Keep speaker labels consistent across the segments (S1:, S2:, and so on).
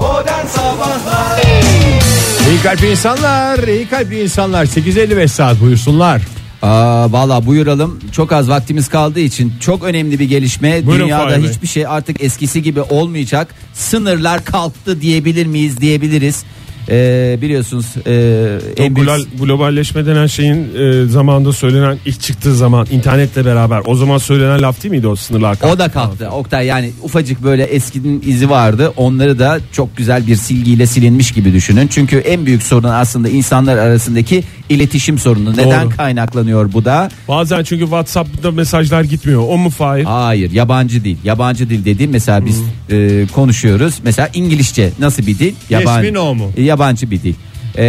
S1: Modern Sabahlar
S2: İyi kalpli insanlar, iyi kalpli insanlar. 8.55 saat buyursunlar.
S3: Aa, Valla buyuralım çok az vaktimiz kaldığı için çok önemli bir gelişme
S2: Buyurun
S3: dünyada
S2: Fahir Bey.
S3: hiçbir şey artık eskisi gibi olmayacak sınırlar kalktı diyebilir miyiz diyebiliriz Ee, biliyorsunuz e, en büyük-
S4: Global, globalleşme denen şeyin e, zamanında söylenen ilk çıktığı zaman internetle beraber o zaman söylenen laf değil miydi o sınırlar?
S3: o da kalktı Oktay yani ufacık böyle eskinin izi vardı onları da çok güzel bir silgiyle silinmiş gibi düşünün çünkü en büyük sorun aslında insanlar arasındaki iletişim sorunu neden
S4: Doğru.
S3: kaynaklanıyor bu da
S4: Bazen çünkü WhatsApp'ta mesajlar gitmiyor. O mu Fahir?
S3: Hayır yabancı dil. Yabancı dil dediğim mesela biz e, konuşuyoruz. Mesela İngilizce nasıl bir dil?
S2: Hmm. Yes mi, no mu?
S3: Yabancı bir dil. E,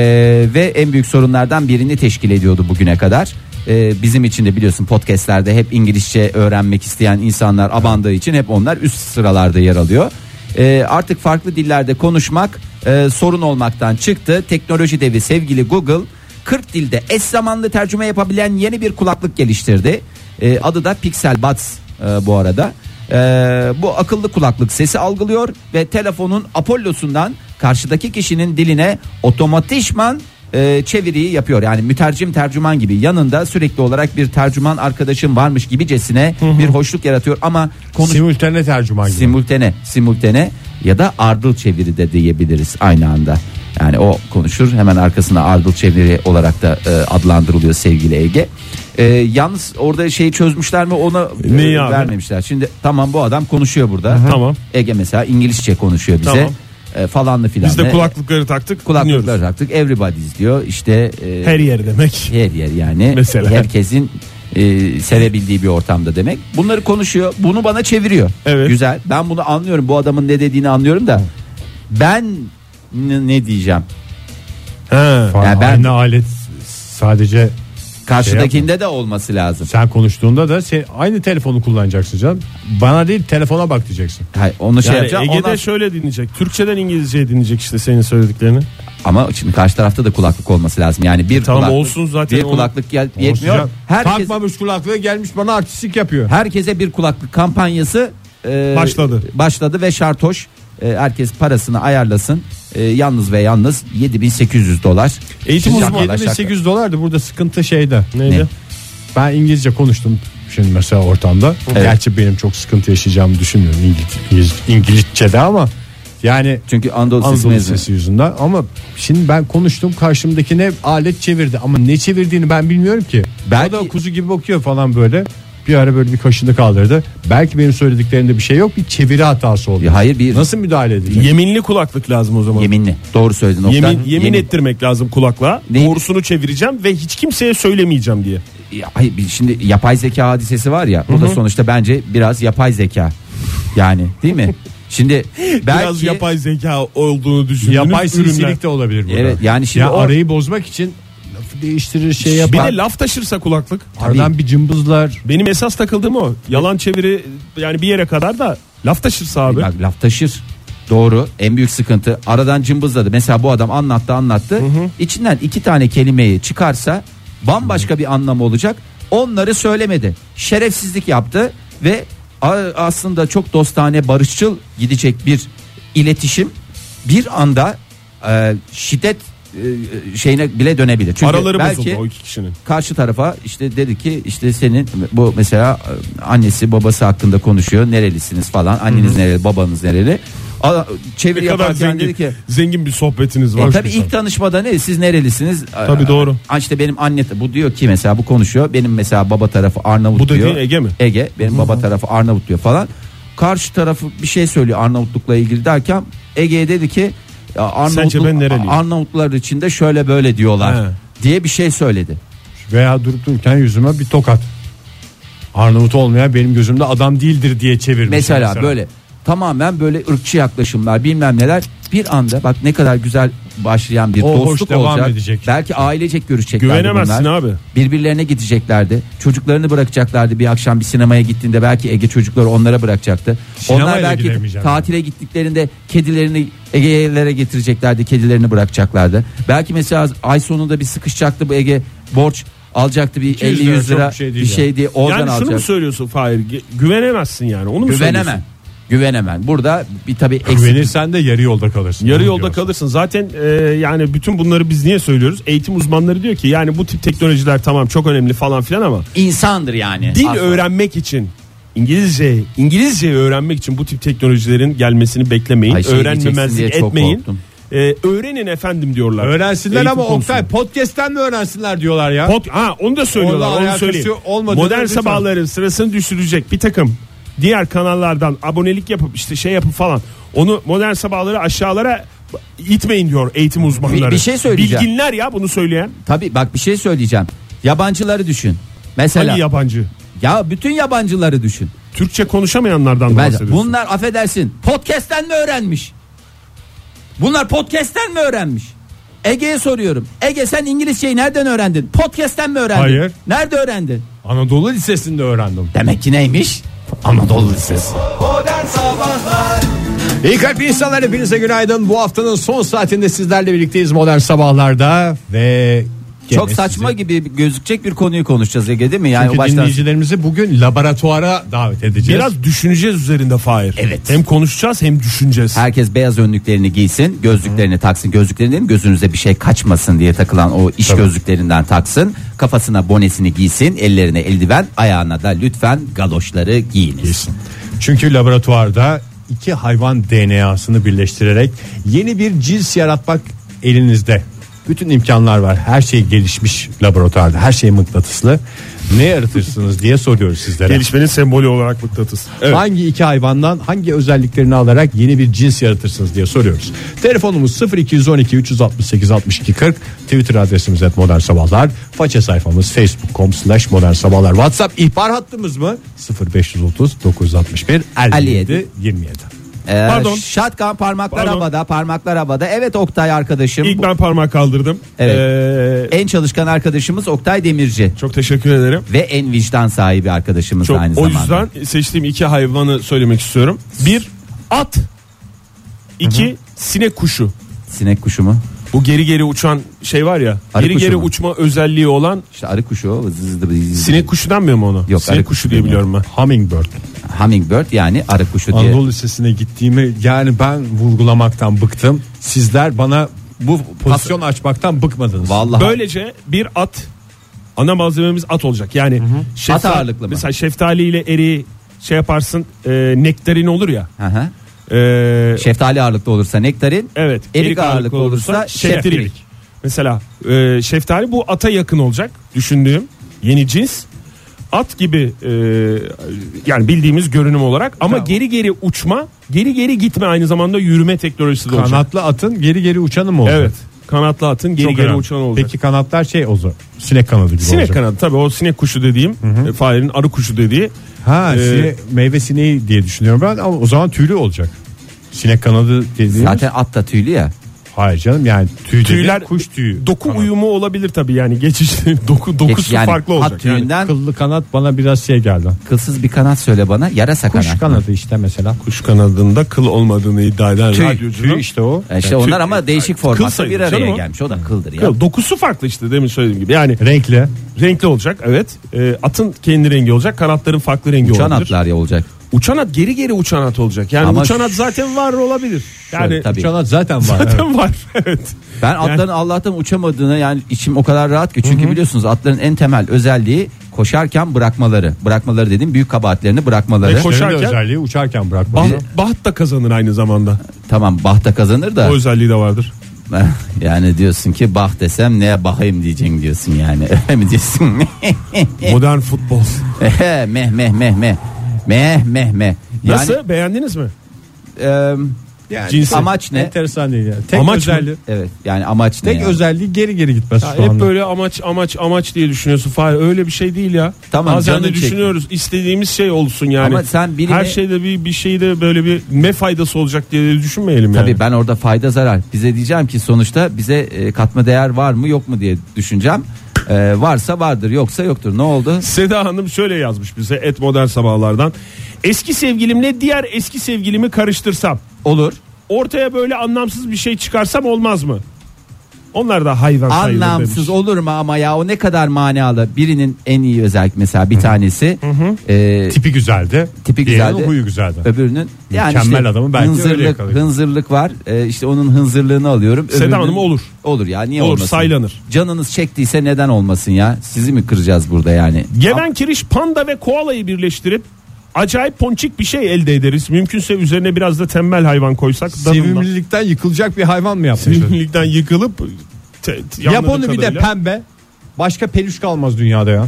S3: ve en büyük sorunlardan birini teşkil ediyordu bugüne kadar. E, bizim için de biliyorsun podcastlerde hep İngilizce öğrenmek isteyen insanlar abandığı için hep onlar üst sıralarda yer alıyor. E, artık farklı dillerde konuşmak e, sorun olmaktan çıktı. Teknoloji devi sevgili Google 40 dilde eş zamanlı tercüme yapabilen yeni bir kulaklık geliştirdi. Ee, adı da Pixel Buds e, bu arada. Ee, bu akıllı kulaklık sesi algılıyor ve telefonun Apollo'sundan karşıdaki kişinin diline otomatikman e, çeviriyi yapıyor. Yani mütercim tercüman gibi yanında sürekli olarak bir tercüman arkadaşım varmış gibicesine bir hoşluk yaratıyor ama konuş
S2: Simultane tercüman gibi.
S3: simultane simultane ya da ardıl çeviri de diyebiliriz aynı anda. Yani o konuşur hemen arkasına ardıl çeviri olarak da e, adlandırılıyor sevgili Ege. E, yalnız orada şeyi çözmüşler mi ona e,
S4: Neyi abi?
S3: vermemişler. Şimdi tamam bu adam konuşuyor burada.
S4: Tamam.
S3: Ege mesela İngilizce konuşuyor bize.
S4: Tamam.
S3: E, falanlı filanlı.
S4: Biz de kulaklıkları taktık
S3: kulaklıklar
S4: dinliyoruz.
S3: taktık. Everybody's diyor. İşte e,
S4: Her yer demek.
S3: her yer yani
S4: Mesela.
S3: herkesin e, sevebildiği bir ortamda demek. Bunları konuşuyor. Bunu bana çeviriyor.
S4: Evet.
S3: Güzel. Ben bunu anlıyorum. Bu adamın ne dediğini anlıyorum da ben n- ne diyeceğim?
S4: He.
S2: Falan.
S3: Ya ben-
S2: Aynı alet sadece
S3: Karşıdakinde
S4: Şey
S3: de olması lazım.
S2: sen konuştuğunda da sen aynı telefonu kullanacaksın canım. Bana değil telefona bak diyeceksin.
S3: Hayır, onu şey
S4: Yani
S3: yapacağım.
S4: Ege'de
S3: ondan-
S4: şöyle dinleyecek. Türkçeden İngilizceye dinleyecek işte senin söylediklerini.
S3: Ama şimdi karşı tarafta da kulaklık olması lazım. Yani bir
S4: Tamam,
S3: kulaklık,
S4: olsun zaten
S3: bir
S4: onu-
S3: kulaklık gel- yetmiyor.
S2: Olsun canım.
S3: Herkes,
S2: Takmamış kulaklığı gelmiş bana artistlik yapıyor.
S3: herkese bir kulaklık kampanyası e,
S4: Başladı.
S3: Başladı ve şartoş e, herkes parasını ayarlasın. E, yalnız ve yalnız 7800 dolar.
S2: Eğitim
S3: Şimdi
S2: uzmanı
S3: arkadaşlar-
S2: 7800 dolardı burada sıkıntı şeyde.
S4: Neydi?
S3: Ne?
S2: Ben İngilizce konuştum şimdi mesela ortamda.
S3: Evet.
S2: Gerçi benim çok sıkıntı yaşayacağımı düşünmüyorum İngiliz, İngilizce'de ama yani
S3: Çünkü Anadolu, sesi
S2: Anadolu
S3: mezunu.
S2: sesi yüzünden ama şimdi ben konuştum karşımdakine alet çevirdi ama ne çevirdiğini ben bilmiyorum ki.
S3: Belki-
S2: O da kuzu gibi bakıyor falan böyle. Bir ara böyle bir kaşını kaldırdı. Belki benim söylediklerimde bir şey yok bir çeviri hatası oldu.
S3: Ya hayır, bir-
S2: Nasıl müdahale edecek?
S4: Yeminli kulaklık lazım o zaman.
S3: Yeminli. Doğru söyledin Oktay.
S4: Yemin, yemin ettirmek lazım kulakla.
S3: Ne?
S4: Doğrusunu çevireceğim ve hiç kimseye söylemeyeceğim diye.
S3: Ya Hayır bir- şimdi yapay zeka hadisesi var ya. Bu da sonuçta bence biraz yapay zeka. Yani değil mi? Şimdi belki
S4: Biraz yapay zeka olduğunu düşündüğünüz
S2: Yapay
S4: ürünler.
S2: sinsilik de olabilir burada.
S3: Evet, yani şimdi
S2: ya
S3: o-
S2: arayı bozmak için lafı değiştirir şey yapar.
S4: Bir de laf taşırsa kulaklık.
S2: Aradan bir cımbızlar.
S4: Benim esas takıldığım o. Yalan çeviri yani bir yere kadar da laf taşırsa abi.
S3: Bak, laf taşır. Doğru. En büyük sıkıntı aradan cımbızladı. Mesela bu adam anlattı anlattı. İçinden iki tane kelimeyi çıkarsa bambaşka bir anlamı olacak. Onları söylemedi. Şerefsizlik yaptı ve a- aslında çok dostane barışçıl gidecek bir iletişim bir anda e, şiddet e, şeyine bile dönebilir. Çünkü
S4: Araları
S3: belki
S4: bozuldu o iki kişinin.
S3: karşı tarafa işte dedi ki işte senin bu mesela e, annesi babası hakkında konuşuyor nerelisiniz falan anneniz nereli babanız nereli A- çeviri
S4: Ne kadar
S3: yaparken
S4: zengin,
S3: dedi ki
S4: zengin bir sohbetiniz var.
S3: e, tabii ilk tanışmada ne siz nerelisiniz
S4: Tabii,
S3: E,
S4: doğru.
S3: e, işte benim anne bu diyor ki mesela bu konuşuyor benim mesela baba tarafı Arnavut
S4: Bu dediğin
S3: diyor
S4: Ege mi?
S3: Ege benim baba tarafı Arnavut diyor falan karşı tarafı bir şey söylüyor Arnavutlukla ilgili derken Ege'ye dedi ki "Ya
S4: Sence ben nereliyim?"
S3: Arnavutluk, Arnavutlar içinde şöyle böyle diyorlar
S4: He.
S3: diye bir şey söyledi.
S2: Veya durup dururken yüzüme bir tokat. Arnavut olmayan benim gözümde adam değildir diye çevirmiş.
S3: mesela, böyle tamamen böyle ırkçı yaklaşımlar bilmem neler bir anda bak ne kadar güzel başlayan bir
S2: O hoş
S3: dostluk
S2: devam
S3: olacak.
S2: edecek.
S3: Belki ailecek görüşeceklerdi
S4: Güvenemezsin
S3: bunlar.
S4: abi.
S3: Birbirlerine gideceklerdi. Çocuklarını bırakacaklardı bir akşam bir sinemaya gittiğinde belki Ege çocukları onlara bırakacaktı.
S2: Sinemaya
S3: Onlar
S2: da
S3: belki
S2: gidemeyeceğim.
S3: tatile gittiklerinde kedilerini Ege'lere getireceklerdi. Kedilerini bırakacaklardı. Belki mesela ay sonunda bir sıkışacaktı bu Ege borç alacaktı bir
S2: 200
S3: 50
S2: lira
S3: 100
S2: çok
S3: lira
S2: bir şey
S3: bir
S2: değil yani.
S3: şeydi oradan
S4: yani şunu mu
S3: alacak.
S4: söylüyorsun Fahir? Ge- Güvenemezsin yani. Onu mu
S3: Güvenemem.
S4: söylüyorsun?
S3: Güvenemen. Burada bir tabii eksik.
S2: Güvenirsen de yarı yolda kalırsın.
S4: Yarı
S2: Onu
S4: yolda
S2: diyoruz.
S4: kalırsın. Zaten e, yani bütün bunları biz niye söylüyoruz? Eğitim uzmanları diyor ki yani bu tip teknolojiler tamam çok önemli falan filan ama
S3: insandır yani.
S4: dil
S3: Aslında.
S4: öğrenmek için İngilizce İngilizceyi öğrenmek için bu tip teknolojilerin gelmesini beklemeyin.
S3: Ay şey
S4: Öğrenmemezlik
S3: diyeceksin diye çok
S4: etmeyin.
S3: korktum.
S4: E, öğrenin efendim diyorlar.
S2: Öğrensinler
S4: Eğitim
S2: ama
S4: konusunda.
S2: Oktay podcast'ten mi öğrensinler diyorlar ya?
S4: Pot, ha onu da söylüyorlar.
S2: Onunla
S4: onu
S2: alakası
S4: söyleyeyim.
S2: olmadığını
S4: Modern
S2: lütfen.
S4: sabahların sırasını düşürecek bir takım diğer kanallardan abonelik yapıp işte şey yapıp falan onu modern sabahları aşağılara itmeyin diyor eğitim uzmanları.
S3: Bir- bir şey söyleyeceğim.
S4: Bilginler ya bunu söyleyen.
S3: Tabii bak bir şey söyleyeceğim. Yabancıları düşün. Mesela
S4: Hani yabancı.
S3: ya bütün yabancıları düşün.
S4: Türkçe konuşamayanlardan
S3: Ben-
S4: bahsediyorsun.
S3: bunlar affedersin podcast'ten mi öğrenmiş? Bunlar podcast'ten mi öğrenmiş? Ege'ye soruyorum. Ege sen İngilizceyi nereden öğrendin? Podcast'ten mi öğrendin?
S2: Hayır.
S3: Nerede öğrendin?
S2: Anadolu Lisesi'nde öğrendim.
S3: Demek ki neymiş?
S2: Anadolu Lisesi. İyi kalp insanlar hepinize günaydın. Bu haftanın son saatinde sizlerle birlikteyiz Modern Sabahlar'da ve gene
S3: Çok saçma
S2: sizi-
S3: gibi gözükecek bir konuyu konuşacağız Ege değil mi? Yani
S2: Çünkü
S3: o baştan
S2: dinleyicilerimizi bugün laboratuvara davet edeceğiz.
S4: Biraz düşüneceğiz üzerinde Fahir.
S3: Evet.
S4: Hem konuşacağız hem düşüneceğiz.
S3: Herkes beyaz önlüklerini giysin, gözlüklerini taksın. Gözlüklerini değil mi? gözünüze bir şey kaçmasın diye takılan o iş gözlüklerinden taksın. Kafasına bonesini giysin, ellerine eldiven, ayağına da lütfen galoşları giyiniz.
S2: Çünkü laboratuvarda iki hayvan DNA'sını birleştirerek yeni bir cins yaratmak elinizde. Bütün imkanlar var. Her şey gelişmiş laboratuvarda. Her şey mıknatıslı. Ne yaratırsınız diye soruyoruz sizlere.
S4: Gelişmenin sembolü olarak mıknatıs.
S2: Hangi iki hayvandan hangi özelliklerini alarak yeni bir cins yaratırsınız diye soruyoruz. Telefonumuz 0212 368 62 40. Twitter adresimiz et modern sabahlar. Faça sayfamız facebook.com slash modern sabahlar. Whatsapp ihbar hattımız mı? 0530 961 57 27.
S3: Ee,
S4: Pardon.
S3: Şatkan parmaklar
S4: Pardon.
S3: havada, parmaklar havada. Evet Oktay arkadaşım.
S4: İlk ben parmak kaldırdım.
S3: Evet.
S4: Ee,
S3: En çalışkan arkadaşımız Oktay Demirci
S4: çok teşekkür ederim.
S3: ve en vicdan sahibi arkadaşımız
S4: Çok,
S3: aynı
S4: o
S3: zamanda.
S4: yüzden seçtiğim iki hayvanı söylemek istiyorum. Bir at, iki sinek kuşu.
S3: Sinek kuşu mu?
S4: Bu geri geri uçan şey var ya.
S3: Arı
S4: geri
S3: kuşu
S4: geri
S3: mu?
S4: uçma özelliği olan
S3: İşte arı kuşu. o. Zız- zız- zız-
S4: sinek kuşu denmiyor mu ona?
S3: Yok, arı
S4: sinek
S3: kuşu
S4: kuşu diye biliyorum ben.
S2: Hummingbird.
S3: Hummingbird yani arı kuşu diye.
S2: Anadolu Lisesi'ne gittiğimi yani ben vurgulamaktan bıktım. Sizler bana bu pozisyon açmaktan bıkmadınız.
S3: Vallahi
S4: Böylece bir at ana malzememiz at olacak. Yani şefta-
S3: At ağırlıklı mı?
S4: Mesela şeftali ile eriği şey yaparsın e, nektarin olur ya.
S3: Hı hı.
S4: E,
S3: Şeftali ağırlıklı olursa nektarin.
S4: Evet.
S3: Şey- Erik ağırlıklı olursa şeftirik.
S4: şeftirilik. Mesela e, şeftali bu ata yakın olacak düşündüğüm yeni cins. At gibi e, yani bildiğimiz görünüm olarak ama geri geri uçma, geri geri gitme aynı zamanda yürüme teknolojisi de olacak.
S2: Kanatlı atın geri geri uçanı mı olacak?
S4: Evet. Kanatlı atın geri
S2: Çok
S4: geri
S2: önemli.
S4: uçan olacak.
S2: Peki kanatlar şey olacak. Sinek kanadı gibi
S4: sinek
S2: olacak.
S4: kanadı tabii o sinek kuşu dediğim, e, farenin arı kuşu dediği.
S2: Ha
S4: Ee,
S2: sine- meyve sineği diye düşünüyorum ben ama o zaman tüylü olacak. Sinek kanadı dediğimiz.
S3: Zaten at da tüylü ya.
S2: Hayır canım yani tüy Tüyler
S4: Tüyler-
S2: kuş tüyü.
S4: Doku
S2: Kanat.
S4: uyumu olabilir tabii yani geçişli doku dokusu
S3: Yani
S4: farklı
S3: At
S4: olacak. Yani
S3: tüyünden
S2: Kıllı kanat bana biraz şey geldi.
S3: kılsız bir kanat söyle bana. Yarasa
S2: Kuş
S3: kanat.
S2: kanadı işte mesela.
S4: kuş kanadında kıl olmadığını iddia eden
S3: Tüy,
S4: radyocunun-
S2: Tüy işte o.
S3: E İşte
S4: Yani
S3: onlar
S4: tüy-
S3: ama değişik
S4: Kıl
S3: formatta bir
S4: sayılır
S3: araya
S4: canım o.
S3: gelmiş. O da kıldır ya.
S4: Ya dokusu farklı işte demin söylediğim gibi. Yani
S2: Renkli.
S4: renkli olacak evet. E, atın kendi rengi olacak. Kanatların farklı rengi
S3: Uçan
S4: olabilir.
S3: atlar ya olacak.
S4: Uçan at geri geri uçan at olacak. Yani
S3: Ama
S4: uçan
S3: şu-
S4: at zaten var olabilir. Yani
S3: Şöyle, tabii.
S2: Kanat zaten var. evet.
S4: zaten var evet.
S3: Ben atların Allah'tan uçamadığını yani içim o kadar rahat ki. Çünkü biliyorsunuz atların en temel özelliği koşarken bırakmaları. Bırakmaları dediğim büyük kabahatlerini bırakmaları.
S4: Ve E, koş-
S2: Senin de
S4: Uçarken-
S2: özelliği uçarken bırakma.
S4: Bah- baht da kazanır aynı zamanda.
S3: tamam bahta kazanır da.
S4: O özelliği de vardır.
S3: yani diyorsun ki bah desem neye bakayım diyeceksin diyorsun yani. Öyle mi diyorsun? E-
S4: Modern futbol.
S3: meh meh meh meh. Meh meh meh. Yani,
S4: Nasıl beğendiniz mi?
S3: em,
S2: Yani
S4: Cinsi.
S3: amaç ne?
S2: Enteresan değil yani. Tek
S4: Amaç mı?
S2: özelliği.
S3: Evet yani amaç ne?
S2: Tek
S3: yani?
S2: özelliği geri geri gitmesi
S4: Ya
S2: şu
S4: hep
S2: anda.
S4: böyle amaç amaç amaç diye düşünüyorsun. Fahir öyle bir şey değil ya.
S3: Tamam,
S4: Bazen
S3: canım
S4: de düşünüyoruz istediğimiz şey olsun yani.
S3: Ama sen bilimi-
S4: Her şeyde bir bir şeyde böyle bir ne faydası olacak diye düşünmeyelim yani.
S3: Tabii ben orada fayda zarar. Bize diyeceğim ki sonuçta bize e, katma değer var mı yok mu diye düşüneceğim. E, varsa vardır yoksa yoktur. Ne oldu?
S4: Seda Hanım şöyle yazmış bize et modern sabahlardan. Eski sevgilimle diğer eski sevgilimi karıştırsam
S3: Olur.
S4: ortaya böyle anlamsız bir şey çıkarsam olmaz mı? Onlar da hayvan sayılır
S3: Anlamsız
S4: demiş.
S3: olur mu ama ya o ne kadar manalı. Birinin en iyi özellik mesela bir tanesi. e,
S2: Tipi güzeldi.
S3: Tipi
S2: diğerinin
S3: güzeldi.
S2: huyu güzeldi.
S3: öbürünün yani
S2: Mükemmel
S3: işte
S2: adamı belki öyle
S3: hınzırlık,
S2: yakalayabilir.
S3: hınzırlık var. Ee, işte onun hınzırlığını alıyorum.
S4: Seda
S3: Öbürünün-
S4: Hanım'a olur.
S3: Olur ya niye
S4: Olur,
S3: olmasın?
S4: saylanır.
S3: Canınız çektiyse neden olmasın ya? Sizi mi kıracağız burada yani?
S4: Geven kiriş panda ve koalayı birleştirip acayip ponçik bir şey elde ederiz. Mümkünse üzerine biraz da tembel hayvan koysak. dadından-
S2: Sevimlilikten yıkılacak bir hayvan mı yapmış?
S4: Sevimlilikten yıkılıp te- te-
S2: Yap
S4: anladığım
S2: onu bir de
S4: kadarıyla-
S2: pembe. Başka peluş kalmaz dünyada ya.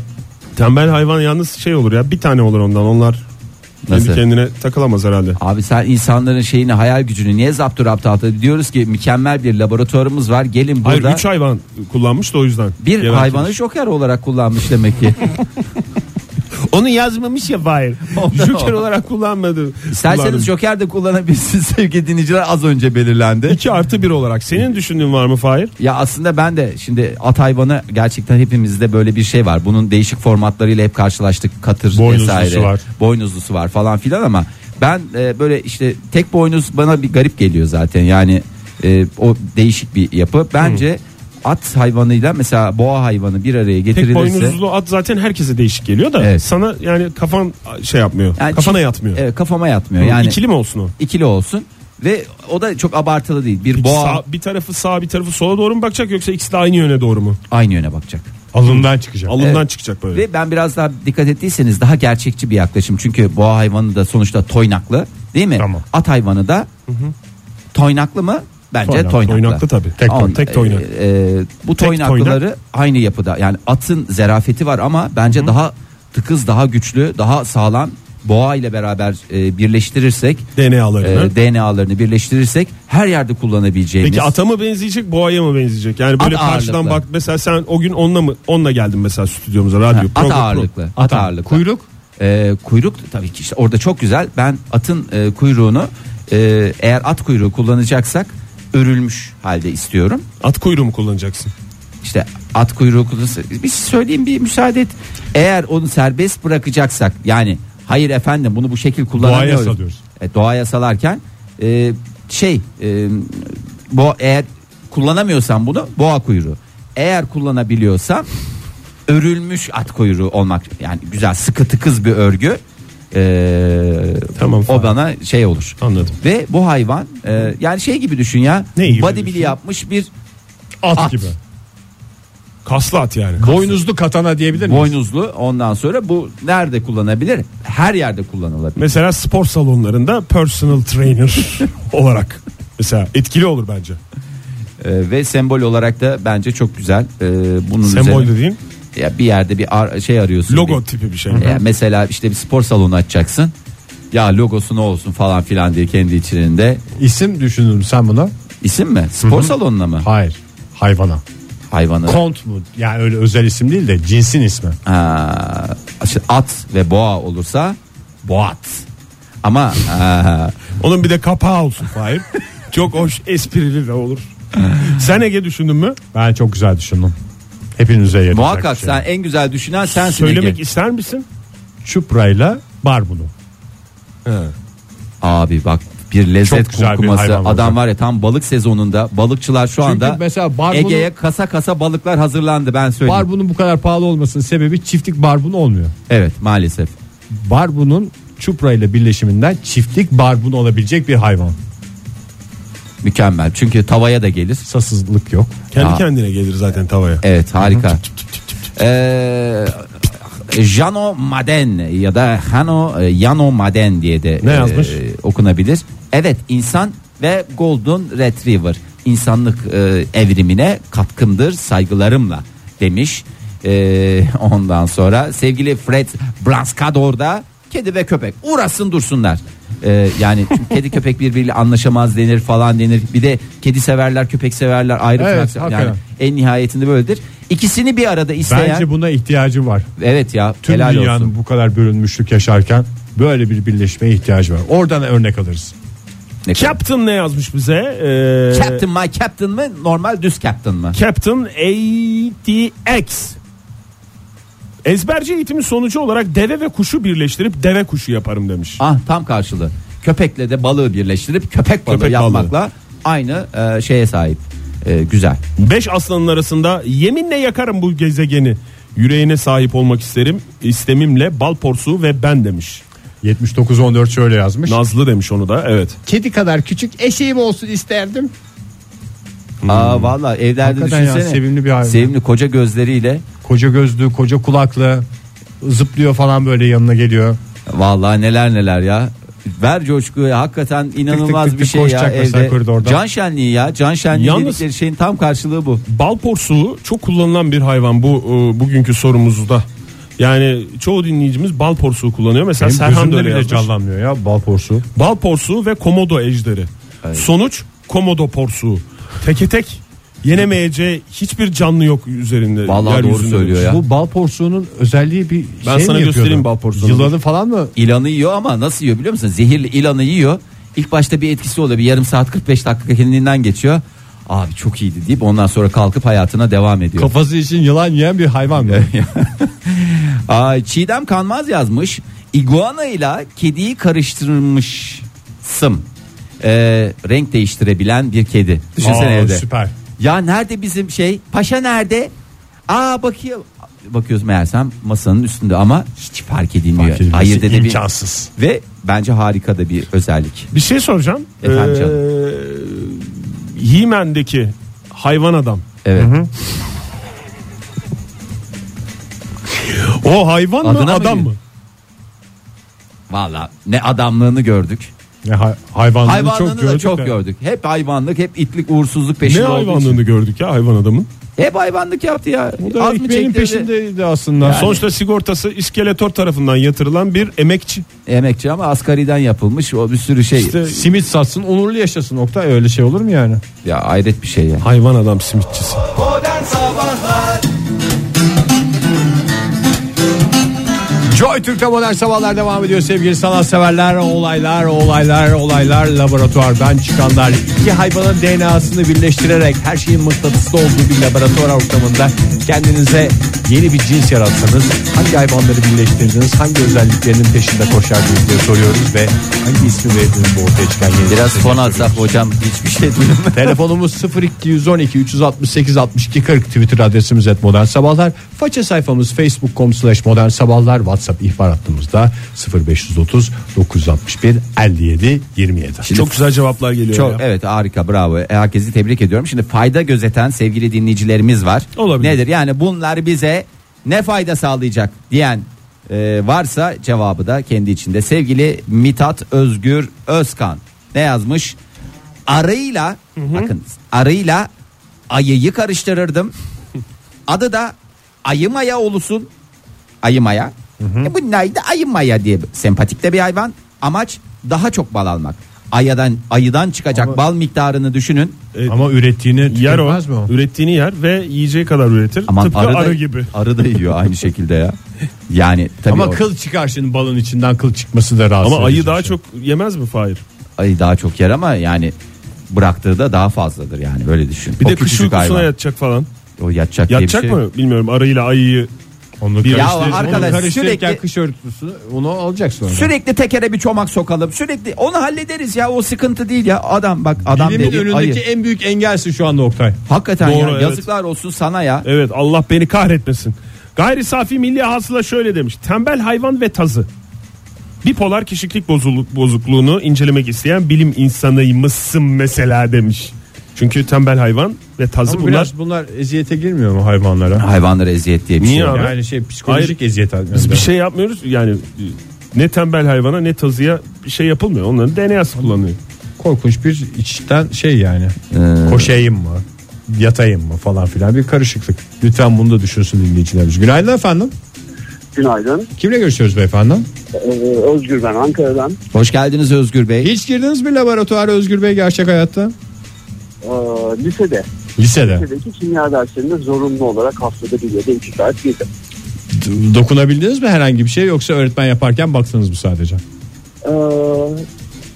S4: Tembel hayvan yalnız şey olur ya bir tane olur ondan onlar kendi
S3: Nasıl?
S4: kendine takılamaz herhalde.
S3: Abi sen insanların şeyini hayal gücünü niye zaptur aptal diyoruz ki mükemmel bir laboratuvarımız var. Gelin
S4: Hayır
S3: burada
S4: 3 hayvan kullanmış da o yüzden.
S3: bir
S4: Gelen
S3: hayvanı
S4: kiriş.
S3: joker olarak kullanmış demek ki.
S4: Onu yazmamış ya Fahir. Joker olarak kullanmadı.
S3: İsterseniz
S4: Kullandım.
S3: joker de kullanabilirsiniz sevgili dinleyiciler az önce belirlendi.
S4: İki artı bir olarak. Senin düşündüğün var mı Fahir?
S3: Ya aslında ben de şimdi at hayvanı gerçekten hepimizde böyle bir şey var. Bunun değişik formatlarıyla hep karşılaştık. Katır
S2: Boynuzlusu
S3: vesaire.
S2: var.
S3: Boynuzlusu var falan filan ama ben e, böyle işte tek boynuz bana bir garip geliyor zaten. Yani e, o değişik bir yapı. Bence at hayvanıyla mesela boğa hayvanı bir araya
S4: Tek
S3: getirilirse
S4: boynuzlu at zaten herkese değişik geliyor da
S3: Evet.
S4: sana yani kafan şey yapmıyor.
S3: Yani
S4: kafana
S3: çift-
S4: yatmıyor.
S3: Evet, kafama yatmıyor. Yani ikili,
S4: İkili mi olsun o?
S3: olsun ve o da çok abartılı değil. Bir boğa
S4: Sağ- bir tarafı sağa bir tarafı sola doğru mu bakacak yoksa ikisi de aynı yöne doğru mu?
S3: aynı yöne bakacak.
S2: Alından çıkacak.
S4: Alından
S3: Evet.
S4: çıkacak böyle.
S3: Ve ben biraz daha dikkat ettiyseniz daha gerçekçi bir yaklaşım. Çünkü boğa hayvanı da sonuçta toynaklı değil mi?
S2: Tamam.
S3: At hayvanı da toynaklı mı? Bence
S4: Toynak-
S3: toynaklı.
S4: toynaklı tabii. Tek-
S3: Ama,
S4: tek toynak.
S3: e, e, bu
S4: Tek
S3: toynaklıları aynı yapıda. Yani atın zerafeti var ama bence daha tıkız, daha güçlü, daha sağlam boğa ile beraber e, birleştirirsek e,
S4: DNA'larını.
S3: DNA'larını birleştirirsek her yerde kullanabileceğimiz.
S4: Peki ata mı benzeyecek boğaya mı benzeyecek? Yani böyle
S3: At
S4: karşıdan
S3: ağırlıklı.
S4: bak mesela sen o gün onunla mı onunla geldin mesela stüdyomuza
S3: Ha,
S4: radyo.
S3: at
S4: program-
S3: ağırlıklı. At ağırlıklı.
S2: Kuyruk.
S3: Ee, kuyruk tabii ki işte orada çok güzel. Ben atın e, kuyruğunu e, eğer at kuyruğu kullanacaksak örülmüş halde istiyorum.
S4: At kuyruğu mu kullanacaksın?
S3: İşte at kuyruğu kullanırsa bir şey söyleyeyim bir müsaade et. Eğer onu serbest bırakacaksak yani hayır efendim bunu bu şekil kullanamıyoruz.
S2: Doğaya salıyoruz.
S3: E, doğaya salarken e, şey e, bu eğer kullanamıyorsam bunu boğa kuyruğu. Eğer kullanabiliyorsam örülmüş at kuyruğu olmak yani güzel sıkı tıkız bir örgü. E,
S4: Tamam,
S3: o
S4: falan.
S3: bana şey olur.
S4: Anladım.
S3: Ve bu hayvan e, yani şey gibi düşün ya.
S4: Ne gibi
S3: body bili
S4: düşün?
S3: yapmış bir
S2: At,
S3: At.
S2: gibi.
S4: Kaslı at yani.
S2: Boynuzlu katana diyebilir miyiz?
S3: Boynuzlu ondan sonra bu nerede kullanabilir? Her yerde kullanılabilir.
S4: Mesela spor salonlarında personal trainer olarak mesela etkili olur bence.
S3: Ee, ve sembol olarak da bence çok güzel. Ee, bunun
S4: Sembol
S3: üzerine-
S4: dediğin
S3: ya bir yerde bir ar- şey arıyorsun.
S4: logo
S3: Bir-
S4: tipi bir şey.
S3: Ya mesela işte bir spor salonu açacaksın. Ya logosu ne olsun falan filan diye kendi içinde.
S2: İsim düşündün sen buna?
S3: İsim mi? Spor salonuna mı?
S2: Hayır. Hayvana.
S3: Hayvanı.
S2: Kont mu? Yani öyle özel isim değil de cinsin ismi.
S3: Ha, işte at ve boğa olursa boğat. Ama ha,
S4: Onun bir de kapağı olsun Fahir. Çok hoş esprili de olur. Sen Ege düşündün mü?
S2: Ben çok güzel düşündüm. Hepinize yarayacak
S3: muhakkak
S2: bir şey.
S3: sen en güzel düşünen sensin.
S4: Söylemek
S3: Ege.
S4: ister misin?
S2: Çupra'yla Barbun'u.
S3: Abi bak bir lezzet
S2: Çok güzel bir
S3: kumkuması
S2: hayvan olacak.
S3: adam var ya tam balık sezonunda balıkçılar şu anda
S2: mesela barbunun-
S3: Ege'ye kasa kasa balıklar hazırlandı ben söyleyeyim.
S2: Barbun'un bu kadar pahalı olmasının sebebi çiftlik Barbun olmuyor.
S3: evet maalesef.
S2: Barbun'un Çupra ile birleşiminden çiftlik Barbun olabilecek bir hayvan.
S3: Mükemmel. Çünkü tavaya da gelir.
S2: Sasızlık yok.
S4: Kendi
S3: Aa.
S4: kendine gelir zaten tavaya.
S3: Evet harika. Ee, Jano Maden ya da Hano Yano Maden diye de e,
S4: Ne yazmış?
S3: okunabilir. Evet insan ve Golden Retriever insanlık e, evrimine katkımdır saygılarımla demiş. E, ondan sonra sevgili Fred Branskador da kedi ve köpek uğraşsın dursunlar. E, yani çünkü kedi köpek birbiriyle anlaşamaz denir falan denir. Bir de kedi severler köpek severler ayrı
S2: Evet,
S3: fraksiyon. yani
S2: hakikaten.
S3: en nihayetinde böyledir. İkisini bir arada isteyen
S2: Bence buna ihtiyacı var.
S3: evet ya
S2: Tüm
S3: helal
S2: dünyanın
S3: olsun.
S2: bu kadar bölünmüşlük yaşarken böyle bir birleşmeye ihtiyacı var. Oradan örnek alırız.
S3: Ne kadar-
S4: Captain ne yazmış bize? Ee,
S3: Captain my captain mı normal düz captain mı?
S4: Captain ATX. Ezberci eğitimi sonucu olarak deve ve kuşu birleştirip deve kuşu yaparım demiş.
S3: Ah tam karşılığı. Köpekle de balığı birleştirip köpek balığı
S4: Köpek balığı.
S3: yapmakla aynı e, şeye sahip. E, güzel.
S4: Beş aslanın arasında yeminle yakarım bu gezegeni. Yüreğine sahip olmak isterim. İstemimle bal porsuğu ve ben demiş.
S2: 79-14 şöyle yazmış.
S4: Nazlı demiş onu da evet.
S2: Kedi kadar küçük eşeğim olsun isterdim.
S3: Aa valla evlerde
S2: Hmm. Hakikaten ya,
S3: düşünsene.
S2: sevimli bir hayvan.
S3: Sevimli koca gözleriyle.
S2: Koca gözlü, koca kulaklı zıplıyor falan böyle yanına geliyor.
S3: Valla neler neler ya. Ver coşkuyu hakikaten inanılmaz
S2: tık tık
S3: bir şey ya
S2: koşacak mesela
S3: evde.
S2: koridorda.
S3: Can şenliği ya. Can şenliği
S4: Yalnız-
S3: dedikleri şeyin tam karşılığı bu.
S4: Bal porsuğu çok kullanılan bir hayvan bu e, bugünkü sorumuzda. Yani çoğu dinleyicimiz bal porsuğu kullanıyor. Mesela
S2: Benim
S4: Serhan da
S2: gözümde
S4: öyle
S2: bile
S4: yazmış.
S2: canlanmıyor ya bal porsu.
S4: Bal porsuğu ve komodo ejderi. Sonuç komodo porsuğu. Teke tek yenemeyeceği hiçbir canlı yok üzerinde.
S3: Vallahi doğru
S4: yeryüzünde.
S3: söylüyor ya.
S2: Bu bal porsuğunun özelliği bir
S4: Ben
S2: şey
S4: sana
S2: mi
S4: göstereyim
S2: yapıyordu?
S4: bal porsuğunu.
S2: Yılanı falan mı?
S3: İlanı yiyor ama nasıl yiyor biliyor musun? Zehirli ilanı yiyor. İlk başta bir etkisi oluyor. Bir yarım saat 45 dakika kendinden geçiyor. Abi çok iyiydi deyip ondan sonra kalkıp hayatına devam ediyor.
S2: Kafası için yılan yiyen bir hayvan mı?
S3: Ay, Çiğdem Kanmaz yazmış. İguana ile kediyi karıştırmışsım. Ee, renk değiştirebilen bir kedi. Düşünsene
S2: Aa,
S3: evde.
S2: Süper.
S3: Ya nerede bizim şey? Paşa nerede? Aa bakıyor. Bakıyoruz meğersem masanın üstünde ama hiç fark edilmiyor.
S2: edilmesi
S3: Hayır dedi bir.
S2: imkansız.
S3: Ve bence harika da bir özellik.
S4: Bir şey soracağım.
S3: Efendim
S4: Ee, He-Man'deki hayvan adam.
S3: Evet.
S4: O hayvan mı
S3: Adına
S4: adam
S3: mı
S4: mı?
S3: Valla ne adamlığını gördük.
S2: Ne hay- hayvanlığını,
S3: Hayvanlığını
S2: çok
S3: da
S2: gördük.
S3: çok
S2: de.
S3: gördük. Hep hayvanlık, hep itlik, uğursuzluk
S4: Ne
S3: peşinde şey olduğu için.
S4: hayvanlığını gördük ya hayvan adamın?
S3: Hep hayvanlık yaptı ya.
S2: Bu da
S3: Az mı
S2: ekmeğin
S3: çektirdi?
S2: peşindeydi aslında.
S4: Sonuçta sigortası iskeletor tarafından yatırılan bir emekçi.
S3: Emekçi ama asgariden yapılmış o bir sürü şey.
S4: İşte
S2: Simit satsın onurlu yaşasın Oktay öyle şey olur mu yani?
S3: Ya hayret bir şey ya.
S4: hayvan adam simitçisi.
S2: Joy Türk'te modern sabahlar devam ediyor sevgili sanatseverler. Olaylar, olaylar, olaylar laboratuvardan çıkanlar. iki hayvanın DNA'sını birleştirerek her şeyin mıknatıslı olduğu bir laboratuvar ortamında kendinize yeni bir cins yaratsanız hangi hayvanları birleştirdiniz, hangi özelliklerinin peşinde koşardınız diye soruyoruz ve hangi ismi verdiniz bu ortaya çıkan yeni
S3: Biraz
S2: cinse
S3: fon
S2: diye
S3: atsak hocam hiçbir şey duyulmuyor.
S2: Telefonumuz 0212 368 62 40 Twitter adresimiz et modern sabahlar. Faça sayfamız facebook.com slash modern sabahlar. Whatsapp ihbar hattımızda 0530 961 57 27.
S4: Çok güzel cevaplar geliyor
S3: Çok
S4: ya.
S3: evet harika bravo. E, Herkesi tebrik ediyorum. Şimdi fayda gözeten sevgili dinleyicilerimiz var.
S4: Olabilir.
S3: Nedir? Yani bunlar bize ne fayda sağlayacak diyen e, varsa cevabı da kendi içinde. Sevgili Mitat Özgür Özkan ne yazmış? Arıyla bakın arıyla ayıyı karıştırırdım. Adı da ayımaya olsun. Ayımaya. E bu neydi? Ayımaya diye sempatik de bir hayvan. Amaç daha çok bal almak. Ayadan ayıdan çıkacak bal miktarını düşünün.
S2: Ama ürettiğini
S4: Ee, Yer o.
S2: tüketmez mi o?
S4: Ürettiğini yer ve yiyeceği kadar üretir. Tıpkı arı,
S3: da,
S4: gibi.
S3: Arı da yiyor aynı şekilde ya. Yani tabii
S2: Ama
S3: o-
S2: kıl çıkar şimdi balın içinden kıl çıkması da rahatsız
S4: Ama ayı
S2: edici
S4: daha
S2: bir şey.
S4: çok yemez mi Fahir?
S3: ayı daha çok yer ama yani bıraktığı da daha fazladır yani böyle düşün.
S4: Bir
S3: O
S4: de kış
S3: küçücük
S4: uykusuna
S3: hayvan.
S4: yatacak falan.
S3: o yatacak, diye bir
S4: Yatacak
S3: şey yok.
S4: mı bilmiyorum arıyla ayıyı.
S2: Onu
S4: Ya
S2: karıştırırken-
S3: arkadaş,
S2: onu karıştırırken
S3: sürekli-
S2: kış örtüsü onu alacaksın. oradan.
S3: Sürekli tekere bir çomak sokalım. Sürekli onu hallederiz ya o sıkıntı değil ya. Adam bak adam
S2: Bilimin
S3: dedi
S2: önündeki
S3: ayı.
S2: en büyük engelsin şu anda Oktay.
S3: Hakikaten ya,
S4: Doğru, evet.
S3: yazıklar olsun sana ya.
S4: Evet Allah beni kahretmesin. Gayri safi milli hasıla şöyle demiş. Tembel hayvan ve tazı. Bipolar kişilik bozukluk, bozukluğunu incelemek isteyen bilim insanıymışsın mesela demiş. Çünkü tembel hayvan ve tazı
S2: Ama
S4: bunlar
S2: biraz bunlar eziyete girmiyor mu hayvanlara?
S3: Hayvanlara eziyet diye bir
S4: Niye
S3: şey. yok.
S4: abi?
S2: Yani şey psikolojik eziyet.
S4: biz bir şey yapmıyoruz. Yani ne tembel hayvana ne tazıya bir şey yapılmıyor. Onların DNA'sı kullanıyor.
S2: korkunç bir içten şey yani.
S3: Ee,
S2: Koşayım mı? Yatayım mı falan filan bir karışıklık. Lütfen bunu da düşünsün dinleyicilerimiz. Günaydın efendim.
S1: Günaydın.
S2: Kimle görüşüyoruz beyefendi?
S1: Ee, Özgür ben Ankara'dan.
S3: Hoş geldiniz Özgür Bey.
S2: Hiç girdiniz mi laboratuvara Özgür Bey gerçek hayatta?
S1: Ee, lisede.
S2: Lisede.
S1: Lisedeki kimya derslerinde zorunlu olarak haftada bir ya da iki saat girdim.
S2: D- Dokunabildiniz mi herhangi bir şey yoksa öğretmen yaparken baktınız mı sadece?
S1: Ee,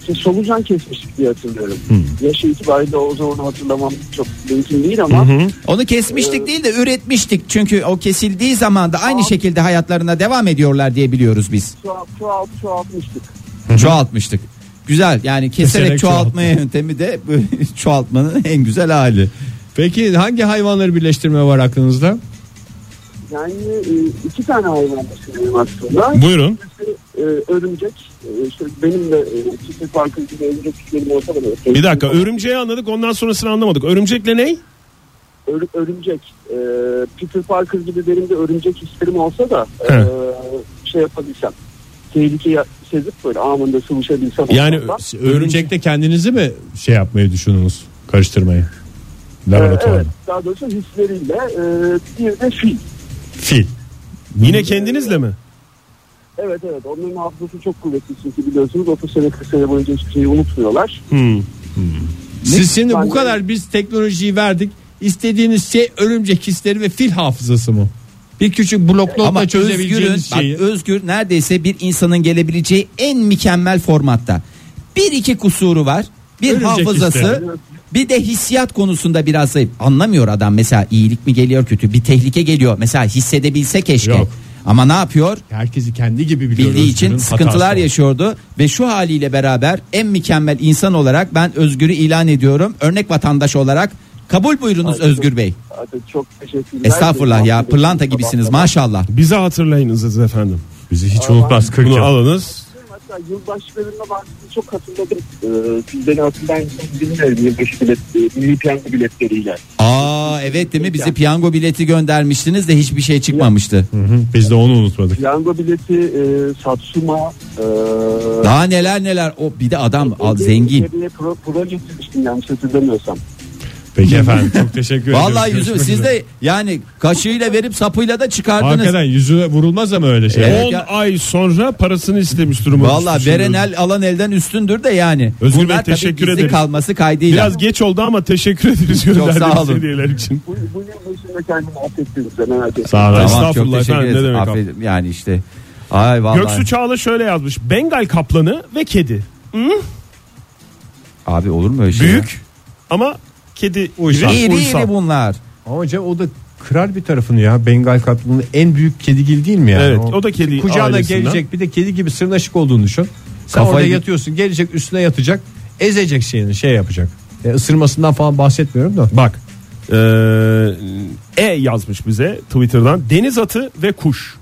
S1: işte solucan kesmiştik diye hatırlıyorum. Yaşı itibariyle o zaman hatırlamam çok mümkün değil ama
S3: Onu kesmiştik değil de üretmiştik. Çünkü o kesildiği zaman da aynı şekilde hayatlarına devam ediyorlar diye biliyoruz biz.
S1: çoğalt, çoğalt, çoğaltmıştık.
S3: Çoğaltmıştık. Güzel yani keserek
S2: Keserek
S3: çoğaltma yöntemi de böyle çoğaltmanın en güzel hali.
S2: Peki hangi hayvanları birleştirme var aklınızda?
S1: Yani e, iki tane hayvan düşünüyorum aslında.
S4: Buyurun.
S1: Birisi e, örümcek. E, işte benim de e, çiftlik farkı gibi örümcek işlerim olsa da. böyle-
S4: Bir dakika örümceği anladık ondan sonrasını anlamadık. Örümcekle ne?
S1: Ör- örümcek. E, Peter Parker gibi benim de örümcek hislerim olsa da e,
S4: He.
S1: şey yapabilsem. Tehlikeyi sezip böyle anında sıvışabilsem.
S4: Yani
S1: aslında.
S2: Siz Örümcekte kendinizi mi şey yapmayı düşünüyorsunuz? Karıştırmayı. Ee, Laboratuvarda.
S1: e, evet, daha doğrusu hisleriyle e, bir de fil.
S2: Fil.
S4: Yine kendinizle mi?
S1: Evet evet onların hafızası çok kuvvetli çünkü biliyorsunuz 30 sene 40 sene boyunca hiçbir şeyi unutmuyorlar.
S4: Hmm.
S2: Siz şimdi bu
S1: Ben-
S2: kadar biz teknolojiyi verdik. İstediğiniz şey örümcek hisleri ve fil hafızası mı? Bir küçük
S3: Ama
S2: bloknotla
S3: Özgür'ün
S2: çözebileceğiniz
S3: bak
S2: şeyi.
S3: Özgür neredeyse bir insanın gelebileceği en mükemmel formatta. Bir iki kusuru var. Bir
S2: Örümcek
S3: hafızası.
S2: hisleri.
S3: Bir de hissiyat konusunda biraz zayıf. Anlamıyor adam mesela iyilik mi geliyor kötü bir tehlike geliyor. Mesela hissedebilse keşke.
S2: Yok.
S3: Ama ne yapıyor?
S2: Herkesi kendi gibi biliyor.
S3: bildiği için
S2: Özgür'ün
S3: sıkıntılar
S2: hatası.
S3: yaşıyordu ve şu haliyle beraber en mükemmel insan olarak ben Özgür'ü ilan ediyorum. Örnek vatandaş olarak kabul buyurunuz
S1: Ay,
S3: Özgür Bey.
S1: Hadi çok teşekkürler.
S3: Estağfurullah ya pırlanta gibisiniz maşallah.
S4: Bize hatırlayınız efendim.
S2: Bizi hiç unutmaz 40
S4: Bunu
S2: yıl.
S4: alınız.
S1: Hatta yılbaşlarında ben sizi çok hatırladım. Ee, siz beni hatırlayan bilmiyorum yılbaşı bilet, e, milli piyango biletleriyle.
S3: Aa evet değil mi bizi piyango bileti göndermiştiniz de hiçbir şey çıkmamıştı.
S2: Hı hı, Biz de onu unutmadık.
S1: Piyango bileti, e, Satsuma, e,
S3: Daha neler neler o bir de adam al, zengin.
S1: Bir pro, proje çizmiştim yanlış hatırlamıyorsam.
S2: Peki efendim çok teşekkür ederim.
S3: Vallahi yüzü
S2: Görüşmek
S3: siz
S2: üzere.
S3: de yani kaşığıyla verip sapıyla da çıkardınız.
S2: Hakikaten yüzüne vurulmaz ama öyle şey.
S3: Evet.
S4: 10
S3: ya-
S4: ay sonra parasını istemiş duruma
S3: Vallahi
S4: düşmüş
S3: veren
S4: şimdi.
S3: el alan elden üstündür de yani.
S4: Özgür Bey,
S3: Bunlar tabii
S4: teşekkür
S3: gizli
S4: ederiz.
S3: kalması kaydıyla.
S4: Biraz geç oldu ama teşekkür ederiz
S3: sağ
S4: gönderdiğiniz
S3: olun.
S4: hediyeler için.
S1: Bu, bu yılbaşında kendimi affettiniz. Ben merak ettim.
S2: Sağ olun.
S3: Tamam çok
S4: Estağfurullah
S3: teşekkür
S4: efendim, ne
S3: ederiz.
S4: demek abi?
S3: Affedin. Yani işte. Ay vallahi.
S4: Göksu Çağla şöyle yazmış. Bengal kaplanı ve kedi.
S3: Abi olur mu öyle şey? ya?
S4: Büyük ama kedi uysal.
S3: İri
S4: Uysal.
S3: iri bunlar.
S2: Ama Cem o da kırar bir tarafını ya. Bengal kaplanının en büyük kedigil değil mi yani?
S4: Evet, o da kedi
S2: Kucağına
S4: ailesinden.
S2: gelecek bir de kedi gibi sırnaşık olduğunu düşün. Sen
S3: Kafayı
S2: orada
S3: bir-
S2: yatıyorsun gelecek üstüne yatacak. Ezecek şeyini şey yapacak. E, ısırmasından falan bahsetmiyorum da.
S4: Bak. eee, E yazmış bize Twitter'dan. Deniz atı ve kuş.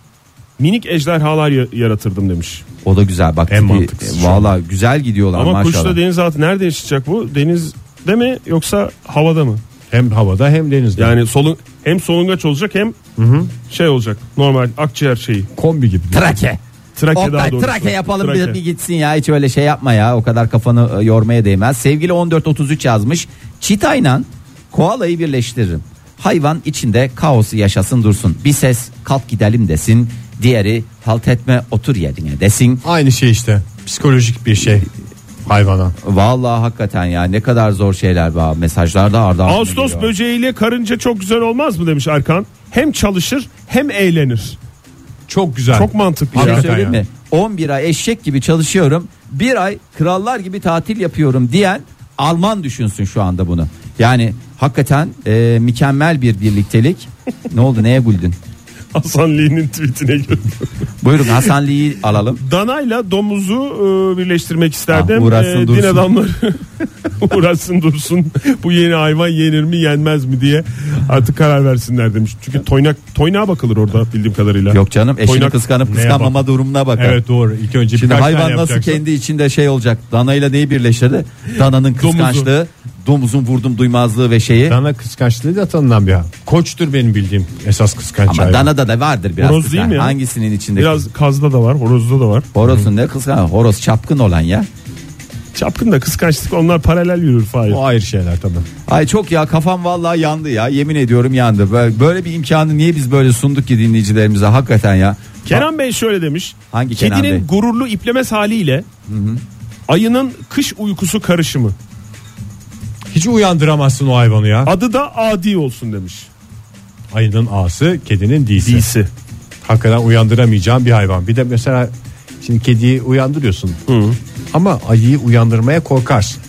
S4: Minik ejderhalar ya- yaratırdım demiş.
S3: O da güzel bak.
S2: En
S3: tipi-
S2: mantıklısı şu
S3: Valla güzel gidiyorlar
S4: Ama
S3: maşallah.
S4: kuşla deniz atı nerede yaşayacak bu? Denizde mi yoksa havada mı?
S2: Hem havada hem denizde.
S4: Yani solun hem solungaç olacak hem şey olacak. Normal akciğer şeyi.
S2: kombi gibi.
S3: Trake.
S4: Trake daha
S3: Oktay
S4: doğrusu.
S3: trake yapalım bir-
S4: Trake.
S3: Bir, gitsin ya hiç öyle şey yapma ya o kadar kafanı e, yormaya değmez. Sevgili 1433 yazmış çitayla koalayı birleştiririm. Hayvan içinde kaosu yaşasın dursun. Bir ses kalk gidelim desin. Diğeri halt etme otur yerine desin.
S2: Aynı şey işte. Psikolojik bir şey hayvana.
S3: Vallahi hakikaten ya ne kadar zor şeyler var. Mesajlar da ardı ardına
S4: Ağustos
S3: geliyor.
S4: böceğiyle karınca çok güzel olmaz mı demiş Erkan. Hem çalışır hem eğlenir.
S2: Çok güzel.
S4: Çok
S3: Bir
S4: mantıklı
S3: şey
S4: ya.
S2: Hakikaten
S3: söyleyeyim
S2: ya.
S3: mi? 11 ay eşek gibi çalışıyorum. Bir ay krallar gibi tatil yapıyorum diyen Alman düşünsün şu anda bunu. Yani hakikaten e, mükemmel bir birliktelik. ne oldu neye güldün?
S4: Hasan Lee'nin tweetine göre.
S3: Buyurun Hasan Lee'yi alalım.
S4: Danayla domuzu e, birleştirmek isterdim.
S3: Ah, uğraşsın
S4: E, din
S3: dursun.
S4: adamları uğraşsın dursun. Bu yeni hayvan yenir mi yenmez mi diye artık karar versinler demiş. Çünkü toynak toynağa bakılır orada bildiğim kadarıyla.
S3: Yok canım eşini
S4: Toynak
S3: kıskanıp
S2: neye
S3: kıskanmama durumuna bakar.
S2: Evet doğru. İlk önce
S3: Şimdi
S2: birkaç
S3: hayvan
S2: tane
S3: nasıl
S2: yapacaksın.
S3: kendi içinde şey olacak? Danayla neyi birleştirdi? Dananın kıskançlığı, domuzun vurdum duymazlığı ve şeyi.
S2: Dana kıskançlığı da tanınan bir hayvan. Koçtur benim bildiğim esas kıskanç
S3: Ama
S2: hayvan.
S3: danada da vardır biraz.
S4: Horoz
S3: kıskanç.
S4: değil mi ya?
S3: Hangisinin içinde?
S4: Biraz kazda da var, horozda da var.
S3: Horozun ne kıskan? Horoz çapkın olan ya.
S4: Çapkın da kıskançlık onlar paralel yürür Fahir.
S2: O ayrı şey. şeyler tabii.
S3: Ay çok ya kafam vallahi yandı ya yemin ediyorum yandı. Böyle, böyle bir imkanı niye biz böyle sunduk ki dinleyicilerimize hakikaten ya.
S4: Kenan Bey şöyle demiş.
S3: Hangi
S4: Kedinin
S3: Kenan Bey?
S4: gururlu iplemez haliyle ayının kış uykusu karışımı.
S2: Hiç uyandıramazsın o hayvanı ya.
S4: Adı da Adi olsun demiş.
S2: Ayının ağası, kedinin disi.
S4: Disi.
S2: Hakikaten uyandıramayacağın bir hayvan. Bir de mesela şimdi kediyi uyandırıyorsun. Ama ayıyı uyandırmaya korkarsın.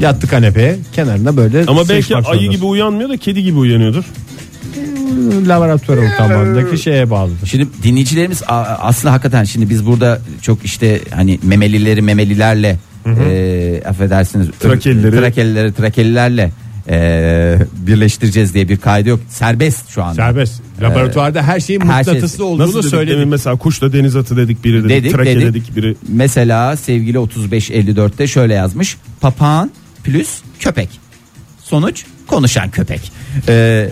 S2: Yattı kanepeye kenarına böyle
S4: Ama belki
S2: sıkışmak
S4: ayı gibi
S2: zorundasın.
S4: uyanmıyor da kedi gibi uyanıyordur.
S2: laboratuvar ortamındaki şeye bağlıdır.
S3: Şimdi dinleyicilerimiz a- aslında hakikaten şimdi biz burada çok işte hani memelileri memelilerle e, affedersiniz
S4: Trakelileri.
S3: trakelileri trakelilerle e, birleştireceğiz diye bir kaydı yok. Serbest şu anda.
S2: Serbest. Laboratuvarda her şeyin
S3: her şey-
S2: mıknatıslı olduğunu
S4: Nasıl dedik
S2: söyledim.
S4: demin mesela kuşla deniz atı dedik biri dedik,
S3: Dedik,
S4: trake
S3: dedik.
S4: dedik biri.
S3: Mesela sevgili 3554'te şöyle yazmış. Papağan plus köpek. Sonuç konuşan köpek. E,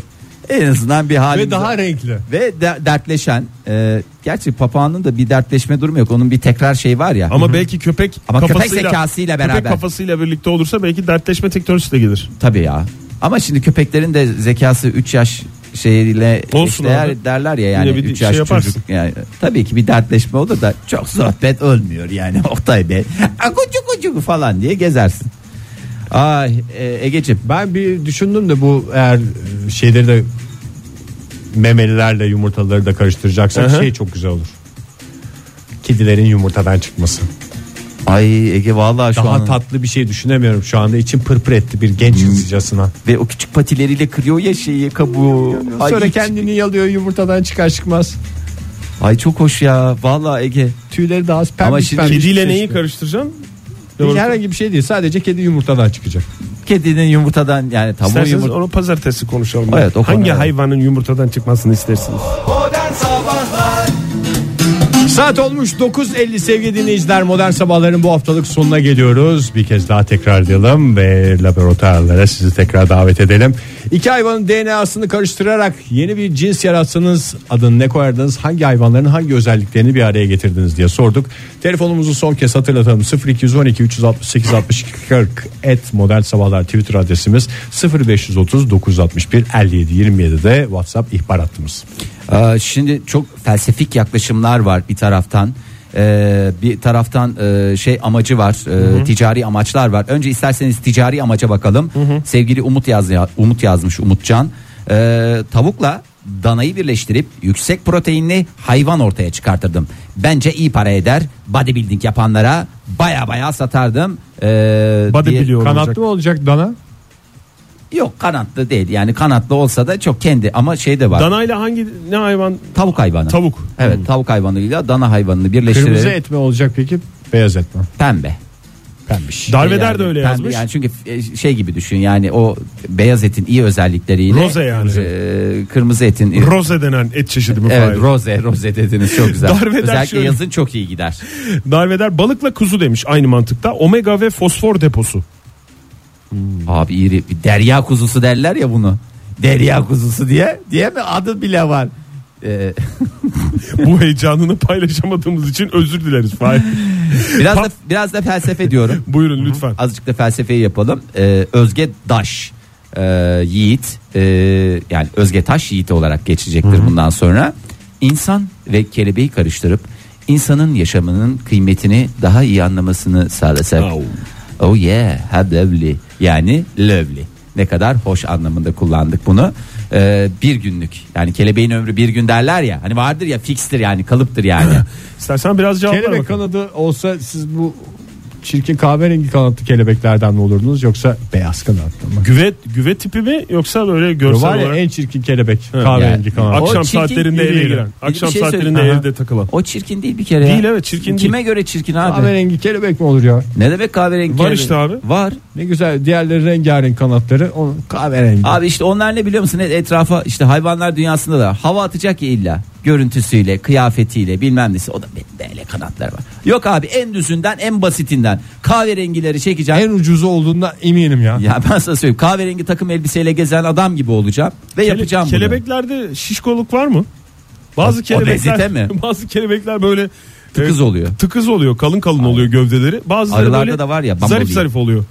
S3: en azından bir halimiz
S2: Ve daha renkli.
S3: ve de- dertleşen e, gerçi papağanın da bir dertleşme durumu yok onun bir tekrar şeyi var ya
S4: Ama belki köpek
S3: Ama köpek
S4: kafasıyla,
S3: zekasıyla
S4: Köpek
S3: beraber.
S4: kafasıyla birlikte olursa belki dertleşme teknolojisi de gelir.
S3: tabii ya ama şimdi köpeklerin de zekası 3 yaş şeyiyle
S4: Olsun
S3: eşdeğer
S4: abi.
S3: derler ya yani
S4: Yine bir
S3: 3
S4: şey
S3: yaş
S4: yaparsın.
S3: çocuk yani tabii ki bir dertleşme olur da çok sohbet olmuyor yani Oktay Bey akucu kucu falan diye gezersin ay e, Egeciğim
S2: Ben bir düşündüm de bu eğer e, şeyleri de memelilerle yumurtaları da karıştıracaksak
S4: Hı hı.
S2: şey çok güzel olur. Kedilerin yumurtadan çıkması.
S3: ay Ege vallahi şu
S2: Daha
S3: an
S2: tatlı bir şey düşünemiyorum şu anda. İçim pırpır etti bir genç kızcasına.
S3: ve o küçük patileriyle kırıyor ya şeyi kabuğu ay,
S2: Sonra
S3: hiç-
S2: kendini yalıyor yumurtadan çıkar çıkmaz.
S3: ay çok hoş ya vallahi Ege
S2: Tüyleri daha az pembiş
S3: Ama şimdi
S2: pembiş
S4: Kediyle
S2: bir şey
S4: neyi
S2: çıkıyor.
S4: karıştıracaksın?
S2: Hiç Herhangi bir şey değil sadece kedi yumurtadan çıkacak.
S3: kedinin yumurtadan yani tavuğun
S4: İsterseniz
S3: yumurta.
S4: onu pazartesi konuşalım.
S3: Evet, o konu
S4: Hangi
S3: evet.
S4: hayvanın yumurtadan çıkmasını istersiniz?
S2: Saat olmuş 9.50 sevgili dinleyiciler modern sabahların bu haftalık sonuna geliyoruz. Bir kez daha tekrar edelim ve laboratuvarlara sizi tekrar davet edelim. İki hayvanın DNA'sını karıştırarak yeni bir cins yaratsanız adını ne koyardınız hangi hayvanların hangi özelliklerini bir araya getirdiniz diye sorduk. Telefonumuzu son kez hatırlatalım 0212 368 62 40 et modern sabahlar twitter adresimiz 0530 961 57 27'de whatsapp ihbar hattımız.
S3: Ee, şimdi çok felsefik yaklaşımlar var bir taraftan. Ee, bir taraftan e, şey amacı var e, ticari amaçlar var önce isterseniz ticari amaca bakalım sevgili Umut yaz Umut yazmış Umutcan Ee, tavukla danayı birleştirip yüksek proteinli hayvan ortaya çıkartırdım bence iyi para eder bodybuilding yapanlara baya baya satardım Ee, diye-
S4: Bodybuilder olacak.
S2: E, Kanatlı mı olacak dana?
S3: yok kanatlı değil yani kanatlı olsa da çok kendi ama şey de var
S4: Danayla hangi ne hayvan?
S3: Tavuk hayvanı.
S4: Tavuk. Hmm.
S3: Evet tavuk hayvanıyla dana hayvanını birleştirerek
S2: Kırmızı et mi olacak peki? Şey- Beyaz et mi?
S3: pembe.
S2: Pembiş.
S4: Darveder
S3: Yani
S4: de öyle
S3: pembe
S4: yazmış.
S3: Yani çünkü e, şey gibi düşün yani o beyaz etin iyi özellikleriyle.
S4: Roze yani.
S3: e, kırmızı etin.
S4: Roze denen et çeşidi mi?
S3: evet
S4: Fahir?
S3: roze roze dediniz çok güzel.
S4: Darveder
S3: Özellikle
S4: şöyle-
S3: yazın çok iyi gider.
S4: Darveder balıkla kuzu demiş aynı mantıkta. Omega ve fosfor deposu.
S3: Abi iyi bir derya kuzusu derler ya bunu. Derya kuzusu diye diye mi adı bile var. E,
S4: Bu heyecanını paylaşamadığımız için özür dileriz Fahir.
S3: biraz da biraz da felsefe diyorum.
S4: Buyurun lütfen.
S3: azıcık da felsefeyi yapalım. Ee, Özge Daş e, Yiğit e, yani Özge Taş Yiğit olarak geçecektir bundan sonra. İnsan ve kelebeği karıştırıp insanın yaşamının kıymetini daha iyi anlamasını sağlasak.
S4: Au.
S3: Oh yeah, how lovely. Yani lovely. Ne kadar hoş anlamında kullandık bunu. Ee, bir günlük yani kelebeğin ömrü bir gün derler ya. Hani vardır ya fikstir yani kalıptır yani.
S4: İstersen biraz cevaplar
S2: Kelebek
S4: bakalım.
S2: kanadı olsa siz bu çirkin kahverengi kanatlı kelebeklerden mi olurdunuz yoksa beyaz kanatlı mı?
S4: Güve, güve tipi mi yoksa böyle görsel
S2: Var ya
S4: olarak?
S2: en çirkin kelebek kahverengi
S3: Yani-
S2: kanatlı.
S3: O
S4: Akşam
S3: çirkin
S4: saatlerinde
S2: yürüyor.
S4: eve giren.
S3: Bir
S4: Akşam
S3: şey söyleyeyim.
S4: saatlerinde
S3: Aha.
S4: evde takılan.
S3: O çirkin değil bir kere ya.
S4: Değil, evet, çirkin
S3: Kime göre çirkin abi?
S2: Kahverengi kelebek mi olur ya?
S3: Ne demek kahverengi?
S4: Var
S3: kelebek?
S4: işte abi.
S3: Var.
S2: Ne güzel diğerleri rengarenk kanatları o kahverengi.
S3: Abi işte onlar ne biliyor musun? Etrafa işte hayvanlar dünyasında da hava atacak ya illa. Görüntüsüyle, kıyafetiyle bilmem nesi. O da böyle kanatlar var. Yok abi en düzünden en basitinden. Kahverengileri çekeceğim.
S2: En ucuzu olduğundan eminim ya.
S3: Ya ben sana söyleyeyim. Kahverengi takım elbiseyle gezen adam gibi olacağım. Ve
S4: Kele-
S3: yapacağım bunu.
S4: Kelebeklerde şişkoluk var mı? Bazı kelebekler
S3: obezite mi?
S4: bazı kelebekler böyle e,
S3: Tıkız oluyor.
S4: Tıkız oluyor, kalın kalın oluyor gövdeleri. Bazıları
S3: Arılarda
S4: böyle
S3: da var ya, bumblebee.
S4: zarif zarif oluyor.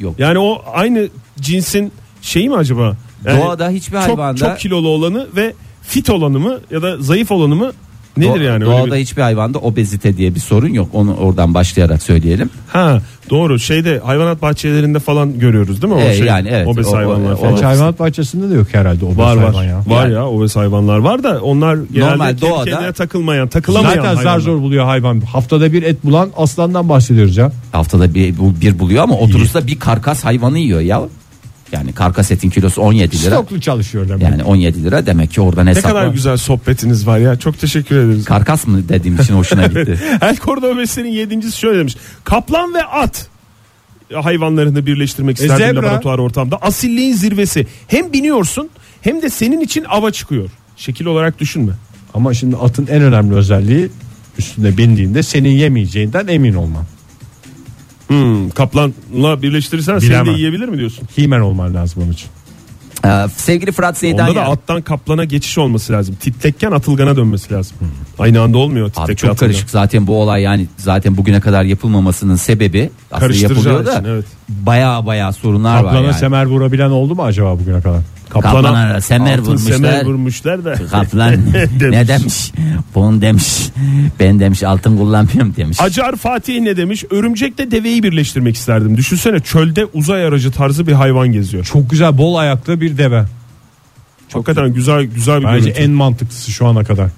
S3: Yok.
S4: Yani o aynı cinsin şeyi mi acaba? Yani
S3: Doğada hiçbir
S4: çok,
S3: hayvanda-
S4: çok kilolu olanı ve fit olanı mı ya da zayıf olanı mı nedir
S3: Doğa-
S4: yani? öyle
S3: Doğada
S4: bir-
S3: hiçbir hayvanda obezite diye bir sorun yok. Onu oradan başlayarak söyleyelim.
S4: Ha doğru. Şeyde hayvanat bahçelerinde falan görüyoruz değil mi? O
S3: Ee,
S4: şey,
S3: yani evet,
S4: Obez
S3: o- o-
S4: hayvanlar
S3: o-
S4: falan.
S2: Hiç hayvanat bahçesinde de yok herhalde o
S4: Var var.
S2: hayvan ya.
S4: Var
S3: Yani-
S4: ya obez hayvanlar var da onlar genelde
S3: Normal
S4: kendi
S3: doğada-
S4: kendine takılmayan, takılamayan
S2: Zaten zar
S4: hayvanlar.
S2: zor buluyor hayvan. Haftada bir et bulan aslandan bahsediyoruz ya.
S3: Haftada bir, bu- bir buluyor ama oturursa bir karkas hayvanı yiyor ya. Yani karkas etin kilosu 17 lira.
S2: Stoklu çalışıyor demek.
S3: Yani 17 lira demek ki oradan
S4: Ne
S3: hesapla.
S4: kadar güzel sohbetiniz var ya. Çok teşekkür ederiz.
S3: Karkas mı dediğim için hoşuna gitti.
S4: El Cordova 5'lerin yedincisi şöyle demiş. Kaplan ve at. hayvanlarını birleştirmek
S2: E,
S4: isterdim
S2: zebra.
S4: laboratuvar ortamda. Asilliğin zirvesi. Hem biniyorsun hem de senin için ava çıkıyor. Şekil olarak düşünme.
S2: Ama şimdi atın en önemli özelliği üstüne bindiğinde senin yemeyeceğinden emin olman.
S4: Hmm, kaplanla birleştirirsen seni de
S2: Bilemem.
S4: yiyebilir mi diyorsun?
S2: Himen olman lazım onun için.
S3: Ee, sevgili Fırat Zeydan
S4: Onda da
S3: ya-
S4: attan kaplana geçiş olması lazım. Titrekken atılgana dönmesi lazım.
S2: Hmm.
S4: Aynı anda olmuyor titrekle
S3: Abi çok
S4: atılgan.
S3: karışık zaten bu olay yani zaten bugüne kadar yapılmamasının sebebi aslında
S4: Karıştıracağı
S3: yapılıyor da
S4: için, evet.
S3: baya baya sorunlar var
S2: Kaplana
S3: yani.
S2: semer vurabilen oldu mu acaba bugüne kadar?
S3: Kaplana semer
S4: altın
S3: vurmuşlar.
S4: Semer vurmuşlar da.
S3: Kaplan ne demiş? Bon demiş. Ben demiş altın kullanmıyorum demiş.
S4: Acar Fatih ne demiş? Örümcekle deveyi birleştirmek isterdim. Düşünsene çölde uzay aracı tarzı bir hayvan geziyor.
S2: Çok güzel bol ayaklı bir deve.
S4: Hakikaten güzel güzel bir
S2: Bence
S4: görüntü.
S2: en mantıklısı şu ana kadar.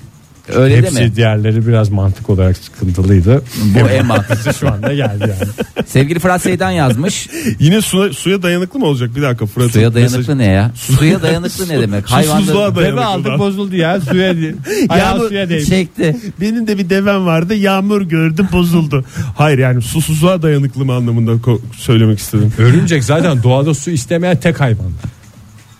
S3: Öyle
S2: Hepsi
S3: deme.
S2: diğerleri biraz mantık olarak sıkıntılıydı.
S3: Bu en mantıklı.
S2: Hepsi şu anda geldi yani.
S3: Sevgili Fırat Seydan yazmış.
S4: Yine suya, suya dayanıklı mı olacak? Bir dakika Fırat'ın
S3: Suya
S4: mesajı.
S3: dayanıklı ne ya? Suya dayanıklı ne demek? Hayvanların
S4: susuzluğa dayanıklı.
S2: Deve aldık bozuldu ya suya değil. Ayağı suya
S3: Yağmur
S2: değil.
S3: çekti.
S4: Benim de bir devem vardı yağmur gördü bozuldu. Hayır yani susuzluğa dayanıklı mı anlamında ko- söylemek istedim.
S2: Örümcek zaten doğada su istemeyen tek hayvan.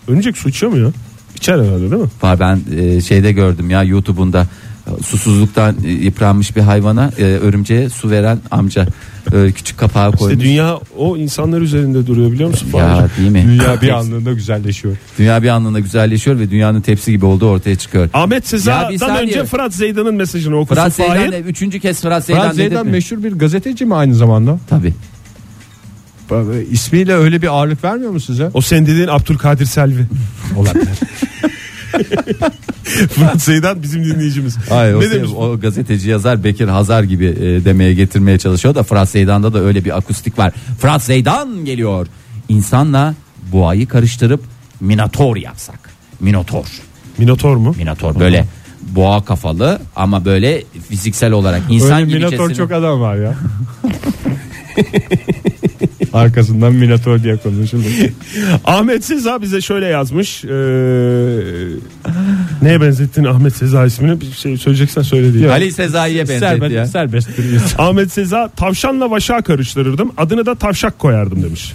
S4: Örümcek su içiyor mu ya? İçer herhalde değil mi?
S3: Var ben e, şeyde gördüm ya YouTube'unda e, susuzluktan e, yıpranmış bir hayvana e, örümceğe su veren amca e, küçük kapağı
S4: İşte
S3: koymuş.
S4: dünya o insanlar üzerinde duruyor biliyor musun?
S3: ya
S4: Fahir?
S3: değil mi?
S2: Dünya bir anlığında güzelleşiyor.
S3: Dünya bir anlamda güzelleşiyor ve dünyanın tepsi gibi olduğu ortaya çıkıyor.
S4: Ahmet
S3: Ya bir
S4: Seza'dan
S3: saniye.
S4: önce Fırat Zeydan'ın mesajını okusun.
S3: Fırat
S4: Fahir.
S3: Zeydan üçüncü kez Fırat Zeydan,
S2: Fırat Zeydan
S3: dedirtmiyor.
S2: meşhur bir gazeteci mi aynı zamanda?
S3: Tabii.
S2: Böyle İsmiyle öyle bir ağırlık vermiyor mu size?
S4: O sen dediğin Abdülkadir Selvi.
S2: Olabilir.
S4: Fırat Zeydan bizim dinleyicimiz.
S3: Hayır, o,
S4: ne demiş?
S3: şey- o gazeteci yazar Bekir Hazar gibi e, demeye getirmeye çalışıyor da Fırat Zeydan'da da öyle bir akustik var. Fırat Zeydan geliyor. İnsanla boğayı karıştırıp minator yapsak. Minotor.
S4: Minotor mu?
S3: Minotor böyle boğa kafalı ama böyle fiziksel olarak insan
S2: Öyle
S3: gibi
S2: Minotor
S3: cesine-
S2: çok adam var ya. Arkasından Minotor diye konuşuldu.
S4: Ahmet Seza bize şöyle yazmış. Ee, neye benzettin Ahmet Seza ismini? Bir şey söyleyeceksen söyle diye.
S3: Ali Sezai'ye benzetti ya.
S2: serbest, serbest bir insan.
S4: Ahmet Seza tavşanla vaşağı karıştırırdım. Adını da tavşak koyardım demiş.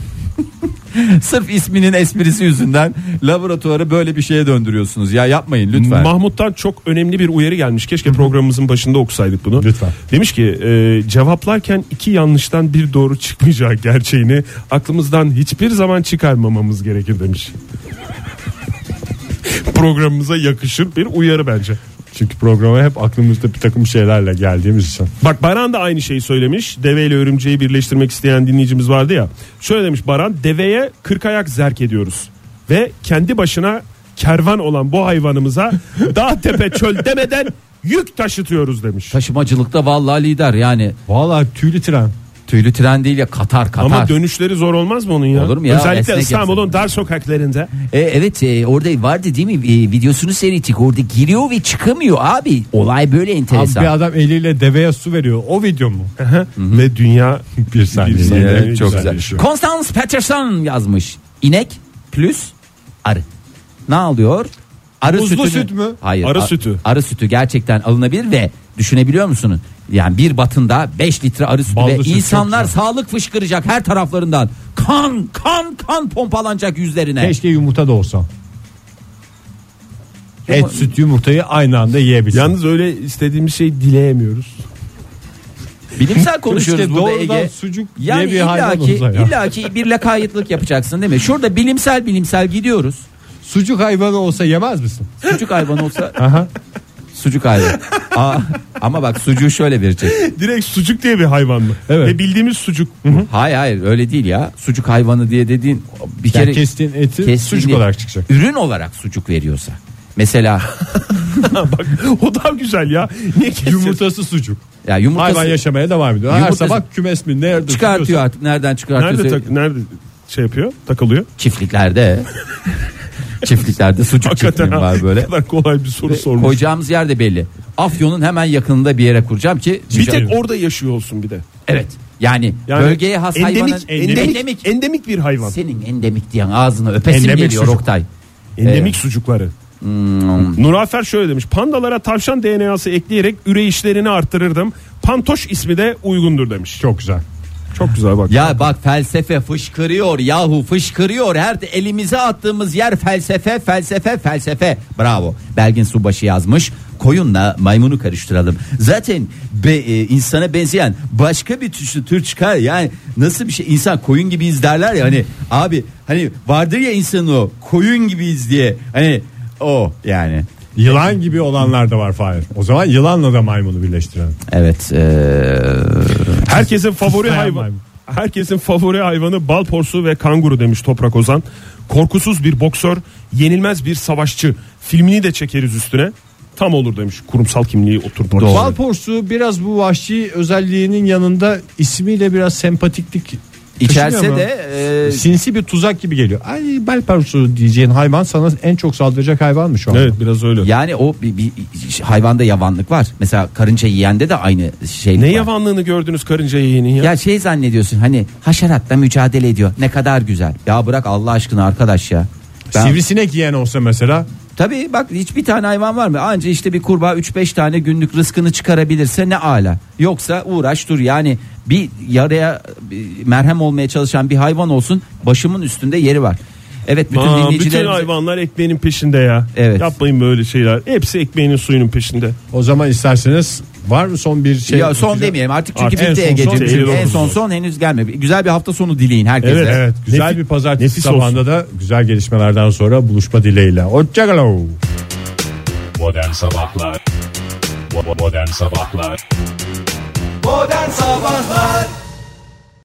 S3: Sırf isminin esprisi yüzünden laboratuvarı böyle bir şeye döndürüyorsunuz. Ya yapmayın lütfen.
S4: Mahmut'tan çok önemli bir uyarı gelmiş. Keşke programımızın başında okusaydık bunu.
S2: Lütfen.
S4: Demiş ki e, cevaplarken iki yanlıştan bir doğru çıkmayacağı gerçeğini aklımızdan hiçbir zaman çıkarmamamız gerekir demiş. Programımıza yakışır bir uyarı bence.
S2: Çünkü programa hep aklımızda bir takım şeylerle geldiğimiz için.
S4: Bak Baran da aynı şeyi söylemiş. Deve ile örümceği birleştirmek isteyen dinleyicimiz vardı ya. Şöyle demiş Baran, deveye kırk ayak zerk ediyoruz. Ve kendi başına kervan olan bu hayvanımıza dağ tepe çöl demeden yük taşıtıyoruz demiş.
S3: Taşımacılıkta vallahi lider yani
S2: Vallahi tüylü tren.
S3: tüylü tren değil ya Katar Katar.
S4: Ama dönüşleri zor olmaz mı onun ya?
S3: Olur mu ya?
S4: Özellikle
S3: Esnek
S4: İstanbul'un
S3: yapsın.
S4: dar sokaklarında.
S3: E, evet e, orada vardı değil mi E, videosunu seyrettik orada giriyor ve çıkamıyor abi olay böyle
S2: Abi
S3: enteresan.
S2: bir adam eliyle deveye su veriyor. O video mu?
S4: Ve dünya
S2: bir saniye.
S4: Bir saniye.
S2: Evet,
S3: çok
S2: güzel.
S3: güzel. Constance Patterson yazmış inek plus arı ne alıyor? Arı
S2: Muzlu
S3: sütünü-
S2: süt mü?
S3: Hayır.
S4: Arı
S3: a-
S4: sütü.
S3: Arı sütü gerçekten alınabilir ve düşünebiliyor musunuz? Yani bir batında 5 litre arı sütü
S2: Ballı
S3: ve
S2: süt çok
S3: insanlar sağlık fışkıracak her taraflarından. Kan kan kan pompalanacak yüzlerine.
S2: Keşke yumurta da olsa. Et, süt, yumurtayı aynı anda yiyebilsin.
S4: Yalnız öyle istediğimiz şey dileyemiyoruz.
S3: Bilimsel konuşuyoruz
S2: İşte
S3: burada
S2: doğrudan
S3: Ege.
S2: sucuk
S3: Yani
S2: diye bir hayvan
S3: illaki
S2: olsa ya.
S3: illaki bir lakaytlık yapacaksın değil mi? Şurada bilimsel bilimsel gidiyoruz.
S2: Sucuk hayvanı olsa yemez misin?
S3: Sucuk hayvanı olsa sucuk hayvanı. Aa, ama bak sucuğu şöyle verecek.
S4: Direkt sucuk diye bir hayvan mı?
S2: Evet.
S4: Ve bildiğimiz sucuk.
S3: Hayır hayır öyle değil ya. Sucuk hayvanı diye dediğin bir
S2: Yani
S3: kere
S2: kestiğin eti
S3: kestiğini-
S2: sucuk olarak çıkacak.
S3: Ürün olarak sucuk veriyorsa. Mesela
S4: Bak o daha güzel ya. Niye kesiyorsun?
S2: Yumurtası sucuk.
S3: ya yumurtası
S2: Hayvan yaşamaya devam ediyor. Her
S3: Yumurtası-
S2: sabah kümes mi ne yerde
S3: çıkartıyor
S2: tutuyorsa-
S3: artık nereden çıkartıyorsa
S4: Nerede, tak, nerede şey yapıyor? Takılıyor.
S3: çiftliklerde. çiftliklerde sucuk
S4: Hakikaten
S3: çiftliğim
S4: ha,
S3: var böyle.
S4: ne kadar kolay bir soru sormuş.
S3: Koyacağımız yer de belli. Afyon'un hemen yakınında bir yere kuracağım ki
S4: Bir tek orada yaşıyor olsun bir de.
S3: şey- Evet. Yani,
S4: Yani
S3: bölgeye has
S4: endemik,
S3: hayvanın
S4: endemik, endemik,
S3: endemik.
S4: bir hayvan.
S3: Senin endemik diyen ağzına öpesim
S4: Endemik
S3: geliyor
S4: sucuk.
S3: Oktay.
S4: Endemik sucukları. Nurafer şöyle demiş. Pandalara tavşan DNA'sı ekleyerek üreyişlerini arttırırdım. Pantoş ismi de uygundur demiş.
S2: Çok güzel.
S4: Çok güzel bak.
S3: Ya bak felsefe fışkırıyor yahu fışkırıyor her elimize attığımız yer felsefe felsefe felsefe bravo Belgin Subaşı yazmış koyunla maymunu karıştıralım zaten be, e, insana benzeyen başka bir tür, tür çıkar yani nasıl bir şey insan koyun gibiyiz derler ya hani abi hani vardır ya insanın o koyun gibiyiz diye hani o yani
S2: Yılan gibi olanlar da var Fahir. O zaman yılanla da maymunu birleştirelim.
S3: evet eee
S4: Herkesin favori
S2: Fıstıklayan
S4: hayvan.
S2: maymun.
S4: Herkesin favori hayvanı bal porsu ve kanguru demiş Toprak Ozan. Korkusuz bir boksör, yenilmez bir savaşçı. Filmini de çekeriz üstüne. Tam olur demiş. Kurumsal kimliği oturdu.
S3: Doğru.
S2: Bal porsu biraz bu vahşi özelliğinin yanında ismiyle biraz sempatiklik
S3: İçerse
S2: taşımıyor mu?
S3: de e, eee,
S2: sinsi bir tuzak gibi geliyor. Ay bal porsu diyeceğin hayvan sana en çok saldıracak hayvan mı şu an?
S4: Evet biraz öyle.
S3: yani o bir, bir hayvanda yavanlık var. Mesela karınca yiyende de aynı şey.
S4: ne
S3: var.
S4: yavanlığını gördünüz karınca yeğenin ya?
S3: Ya şey zannediyorsun hani haşeratla mücadele ediyor. Ne kadar güzel. Ya bırak Allah aşkına arkadaş ya. Ben,
S2: Sivrisinek yiyen olsa mesela
S3: Tabii bak hiçbir tane hayvan var mı? Anca işte bir kurbağa 3-5 tane günlük rızkını çıkarabilirse ne ala. Yoksa uğraş dur yani bir yaraya bir merhem olmaya çalışan bir hayvan olsun başımın üstünde yeri var. Evet bütün
S4: Aa, bütün
S3: dinleyicilerimize-
S4: hayvanlar ekmeğinin peşinde ya.
S3: Evet.
S4: Yapmayın böyle şeyler. Hepsi ekmeğinin suyunun peşinde.
S2: o zaman isterseniz var mı son bir şey?
S3: ya son
S2: Güzel-
S3: demeyelim artık çünkü
S4: Artık en
S3: bitti
S4: son
S3: Ege'cim.
S4: son
S3: Çünkü
S4: değil,
S3: En
S4: oldu.
S3: son son henüz gelmedi. Güzel bir hafta sonu dileyin herkese.
S2: şey Evet, evet. Güzel
S4: Nefis-
S2: bir pazartesi
S4: nefis
S2: sabahında
S4: olsun.
S2: da güzel gelişmelerden sonra buluşma dileğiyle. Hoşçakalın.
S5: Modern Sabahlar Bo- bo- Modern Sabahlar
S6: Modern Sabahlar